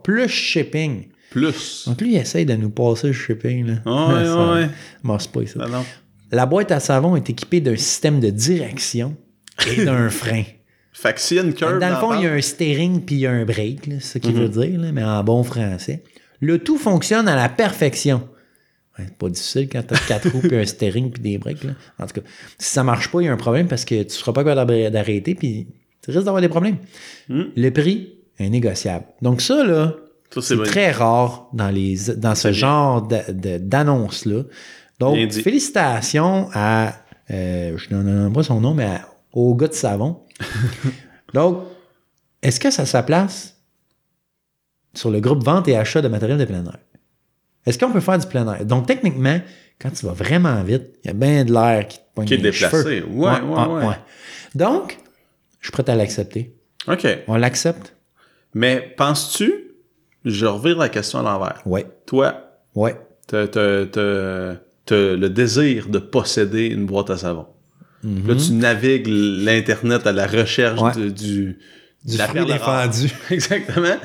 S1: plus shipping.
S2: Plus.
S1: Donc lui, il essaye de nous passer le shipping. Là.
S2: Ah Ouais,
S1: Ça
S2: ouais.
S1: marche pas ici.
S2: Ah non.
S1: La boîte à savon est équipée d'un système de direction et d'un frein.
S2: Fait que s'il y a une curve
S1: Dans le fond,
S2: la Mhm.
S1: il y a un steering puis il y a un break, là, c'est ce qu'il veut dire, là, mais en bon français. Le tout fonctionne à la perfection. Ouais, c'est pas difficile quand t'as quatre roues puis un steering puis des breaks. là. En tout cas, si ça marche pas, il y a un problème parce que tu seras pas capable d'arr- d'arrêter puis tu risques d'avoir des problèmes.
S2: Mhm.
S1: Le prix est négociable. Donc ça, là,
S2: Ça, c'est
S1: c'est
S2: bon.
S1: très rare dans, les, dans ce genre de- de- d'annonce-là.
S2: Bien
S1: Donc,
S2: dit.
S1: félicitations à, euh, je ne donne pas son nom, mais à- au gars de savon. Donc, est-ce que ça a sa place sur le groupe vente et achat de matériel de plein air? Est-ce qu'on peut faire du plein air? Donc, techniquement, quand tu vas vraiment vite, il y a bien de l'air qui te poigne
S2: Qui est
S1: les
S2: déplacé.
S1: cheveux.
S2: Ouais, ouais, ouais.
S1: Donc, je suis prêt à l'accepter.
S2: OK.
S1: On l'accepte?
S2: Mais penses-tu, je revire la question à l'envers.
S1: Oui.
S2: Toi,
S1: Oui.
S2: t'as t'as- t'as- t'as le désir de posséder une boîte à savon.
S1: Mhm.
S2: Là, tu navigues l'Internet à la recherche
S1: Ouais.
S2: de- du...
S1: Du
S2: La
S1: fruit
S2: perle rare.
S1: défendu.
S2: Exactement.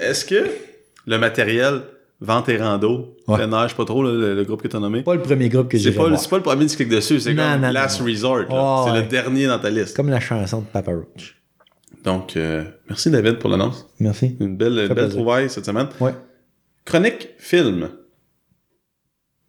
S2: Est-ce que le matériel, vente et rando,
S1: Ouais.
S2: plein air, je sais pas trop là, le, le groupe que t'as nommé,
S1: pas le premier groupe que j'ai
S2: c'est pas, le-
S1: voir.
S2: c'est pas le premier que tu cliques dessus, c'est
S1: Non,
S2: comme
S1: non,
S2: Last
S1: non.
S2: Resort. là.
S1: Oh,
S2: c'est
S1: ouais.
S2: le dernier dans ta liste.
S1: Comme la chanson de Papa Roach.
S2: Donc, euh, merci David pour l'annonce.
S1: Merci.
S2: Une belle, une belle
S1: plaisir.
S2: trouvaille cette semaine.
S1: Ouais.
S2: Chronique film.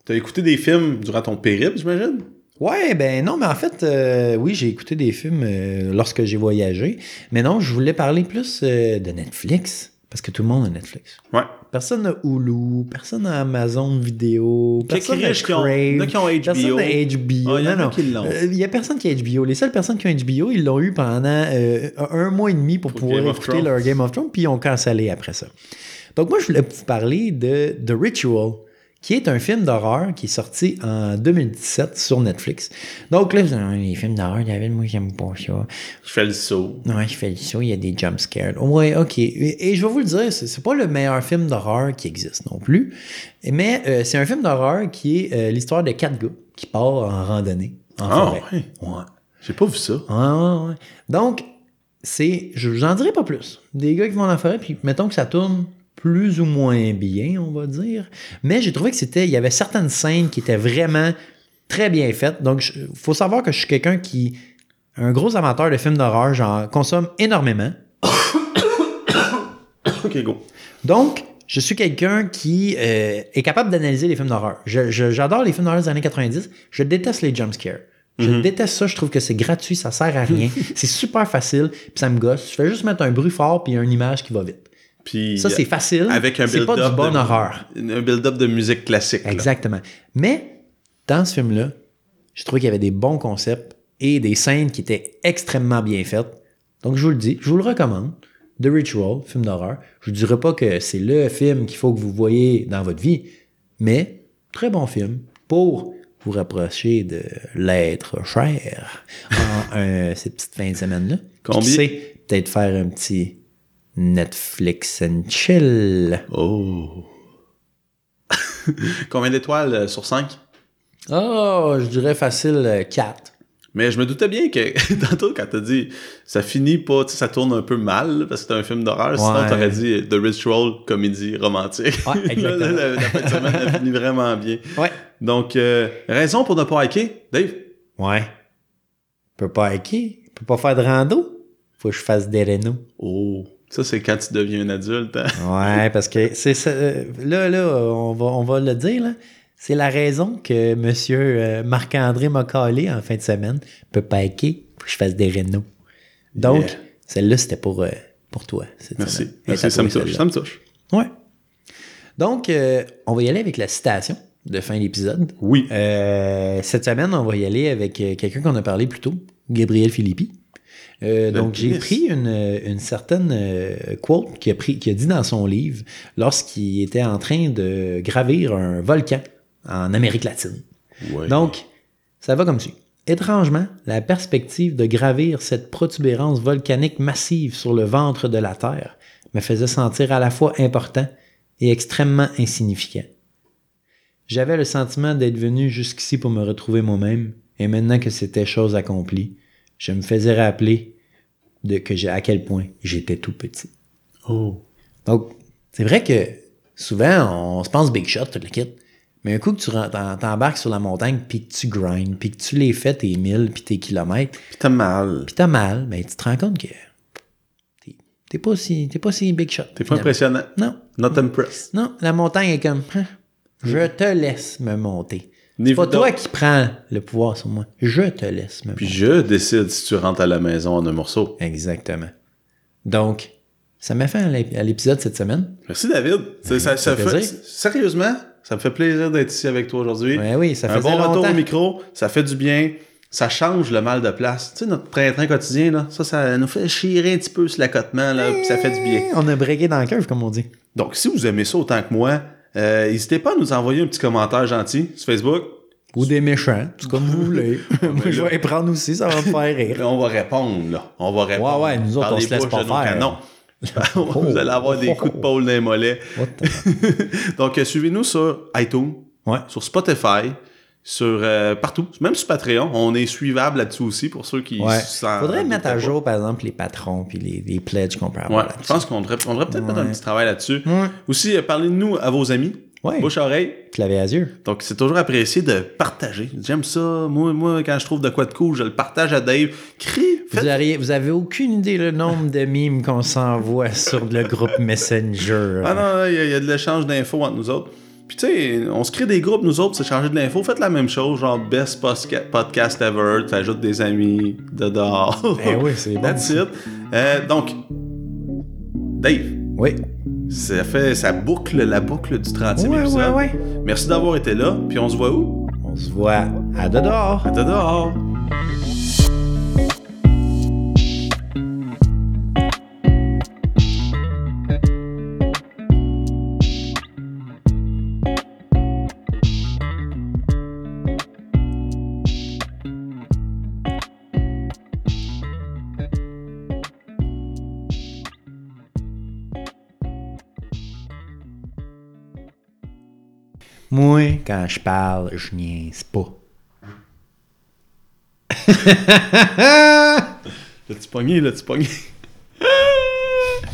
S2: T'as écouté des films durant ton périple, j'imagine?
S1: Ouais, ben non, mais en fait, euh, oui, j'ai écouté des films euh, lorsque j'ai voyagé. Mais non, je voulais parler plus euh, de Netflix. Parce que tout le monde a Netflix.
S2: Ouais.
S1: Personne n'a Hulu, personne n'a Amazon Vidéo, personne n'a
S2: riches qui ont- il y en a
S1: Crave,
S2: qui ont
S1: personne
S2: HBO.
S1: n'a HBO.
S2: Ah, il y en
S1: non,
S2: a
S1: non.
S2: qui l'ont.
S1: Euh, Il n'y a personne qui a HBO. Les seules personnes qui ont HBO, ils l'ont eu pendant euh, un mois et demi pour,
S2: Pour
S1: pouvoir
S2: Game of
S1: écouter
S2: Thrones.
S1: leur Game of Thrones, puis ils ont cancellé après ça. Donc moi, je voulais vous parler de The Ritual, qui est un film d'horreur qui est sorti en 2017 sur Netflix. Donc là, vous allez, Ah, les films d'horreur, David, moi, j'aime pas ça.
S2: Je fais le saut.
S1: Ouais, je fais le show, il y a des jumpscares. Ouais, ok. Et, et je vais vous le dire, c'est, c'est pas le meilleur film d'horreur qui existe non plus. Mais euh, c'est un film d'horreur qui est euh, l'histoire de quatre gars qui partent en randonnée. en
S2: Ah,
S1: forêt.
S2: ouais.
S1: Ouais.
S2: J'ai pas vu ça.
S1: Ouais, ouais, ouais. Donc, c'est. je- J'en dirai pas plus. Des gars qui vont en forêt, puis mettons que ça tourne plus ou moins bien, on va dire. Mais j'ai trouvé que c'était. Il y avait certaines scènes qui étaient vraiment très bien faites. Donc, il faut savoir que je suis quelqu'un qui. Un gros amateur de films d'horreur, j'en consomme énormément.
S2: Ok, go.
S1: Donc, je suis quelqu'un qui euh, est capable d'analyser les films d'horreur. Je- je- J'adore les films d'horreur des années 90. Je déteste les jumpscares. Je
S2: Mhm.
S1: déteste ça. Je trouve que c'est gratuit, ça sert à rien. c'est super facile, puis ça me gosse. Je fais juste mettre un bruit fort puis une image qui va vite.
S2: Puis.
S1: Ça, c'est facile.
S2: Avec un
S1: c'est pas
S2: build-up
S1: du bon
S2: de-
S1: horreur.
S2: Un build-up de musique classique. là.
S1: Exactement. Mais dans ce film-là, je trouvais qu'il y avait des bons concepts et des scènes qui étaient extrêmement bien faites. Donc, je vous le dis, je vous le recommande. The Ritual, film d'horreur. Je ne dirais pas que c'est le film qu'il faut que vous voyez dans votre vie, mais très bon film pour vous rapprocher de l'être cher en un- cette petite fin de semaine-là. Puis
S2: Combien-
S1: Qui sait, peut-être faire un petit Netflix and chill.
S2: Oh. Combien d'étoiles euh, sur 5?
S1: Oh, je dirais facile euh, 4.
S2: Mais je me doutais bien que tantôt, quand t'as dit ça finit pas, tu sais, ça tourne un peu mal parce que c'est un film d'horreur, sinon
S1: Ouais.
S2: t'aurais dit The Ritual, comédie romantique.
S1: Ouais,
S2: Là,
S1: exactement.
S2: la, la fin de semaine elle finit vraiment bien.
S1: Ouais.
S2: Donc, euh, raison pour ne pas hiker, Dave.
S1: Ouais. Je peux pas hiker. Je peux pas faire de rando. Faut que je fasse des rénaux.
S2: Oh, ça c'est quand tu deviens un adulte. hein.
S1: Ouais, parce que c'est ça. euh, Là, là, on va, on va le dire, là. C'est la raison que monsieur euh, Marc-André m'a calé en fin de semaine. Je peux pas hiker. Faut que je fasse des rénaux. Donc,
S2: Yeah.
S1: celle-là, c'était pour, euh, pour toi. cette
S2: Merci.
S1: semaine. Elle est à
S2: Merci, ça
S1: toi,
S2: me touche.
S1: celle-là.
S2: Ça me touche.
S1: Ouais. Donc, euh, on va y aller avec la citation de fin d'épisode.
S2: Oui.
S1: Euh, cette semaine, on va y aller avec euh, quelqu'un qu'on a parlé plus tôt, Gabriel Philippi. Euh, donc, j'ai
S2: tennis.
S1: pris une, euh, une certaine euh, quote qu'il a, pris- qu'il a dit dans son livre lorsqu'il était en train de gravir un volcan en Amérique latine.
S2: Ouais.
S1: Donc, ça va comme suit. Étrangement, la perspective de gravir cette protubérance volcanique massive sur le ventre de la Terre me faisait sentir à la fois important et extrêmement insignifiant. J'avais le sentiment d'être venu jusqu'ici pour me retrouver moi-même, et maintenant que c'était chose accomplie, je me faisais rappeler de que j'ai- à quel point j'étais tout petit.
S2: Oh.
S1: Donc, c'est vrai que souvent, on se pense big shot, tout le kit. Mais un coup que tu ren- t'en- t'embarques sur la montagne, puis que tu grindes, puis que tu les fais tes milles, puis tes kilomètres,
S2: Puis t'as mal.
S1: puis t'as mal, ben tu te rends compte que t'es- t'es pas, si, t'es pas si big shot.
S2: T'es pas
S1: finalement.
S2: impressionnant.
S1: Non,
S2: Not impressed.
S1: non, la montagne est comme, Hein, je te laisse me monter.
S2: Ni
S1: C'est pas
S2: vu donc.
S1: toi qui prends le pouvoir sur moi. Je te laisse me
S2: Puis
S1: monter.
S2: je décide si tu rentres à la maison en un morceau.
S1: Exactement. Donc, ça m'a fait à l'ép- à l'épisode cette semaine.
S2: Merci David. Ça, ça- ça
S1: ça fait
S2: fait-
S1: plaisir.
S2: sérieusement, ça me fait plaisir d'être ici avec toi aujourd'hui.
S1: Ouais, oui, ça
S2: un
S1: faisait
S2: bon retour
S1: longtemps.
S2: au micro, ça fait du bien, ça change le mal de place. Tu sais, notre train-train quotidien, là, ça, ça nous fait chier un petit peu sur l'accotement, là, Ah, puis ça fait du bien.
S1: On a bregué dans le cœur, comme on dit.
S2: Donc, si vous aimez ça autant que moi, euh, n'hésitez pas à nous envoyer un petit commentaire gentil sur Facebook.
S1: Ou des méchants, tout comme vous voulez. Moi, je vais les prendre aussi, ça va me faire rire.
S2: Là, on va répondre, là. On va répondre.
S1: Ouais, ouais, nous autres,
S2: Par
S1: on
S2: les
S1: se laisse
S2: bouches
S1: pas
S2: de nos
S1: faire. Oh,
S2: canons. vous allez avoir des coups de pôle dans les mollets.
S1: What the-
S2: Donc, euh, suivez-nous sur iTunes,
S1: Ouais.
S2: sur Spotify, sur euh, partout, même sur Patreon. On est suivable là-dessus aussi pour ceux qui
S1: Ouais.
S2: s'en
S1: Faudrait
S2: doutent
S1: mettre à
S2: pas.
S1: jour, par exemple, les patrons puis les, les pledges qu'on peut avoir.
S2: Ouais, je
S1: là-dessus.
S2: pense qu'on devrait, on devrait peut-être mettre un
S1: Ouais.
S2: petit travail là-dessus.
S1: Ouais.
S2: Aussi, euh, parlez de nous à vos amis,
S1: Ouais.
S2: bouche-oreille.
S1: Clavier à yeux.
S2: Donc, c'est toujours apprécié de partager. J'aime ça. Moi, moi, quand je trouve de quoi de cool, je le partage à Dave. Crie,
S1: Vous, auriez- vous avez aucune idée le nombre de mimes qu'on s'envoie sur le groupe Messenger.
S2: Ah non, il y, a- il y a de l'échange d'infos entre nous autres. Puis tu sais, on se crée des groupes, nous autres, pour s'échanger de l'info. Faites la même chose, genre best posca- podcast ever, t'ajoutes des amis de dehors.
S1: Eh oui, c'est bon.
S2: That's it. Euh, donc, Dave,
S1: Oui.
S2: ça fait, ça boucle la boucle du 30e
S1: Ouais, ouais,
S2: épisode.
S1: ouais.
S2: Merci d'avoir été là, puis on se voit où?
S1: On se voit à dehors.
S2: De dehors!
S1: Moi, quand je parle, je niaise pas.
S2: L'as-tu pogné, l'as-tu pogné?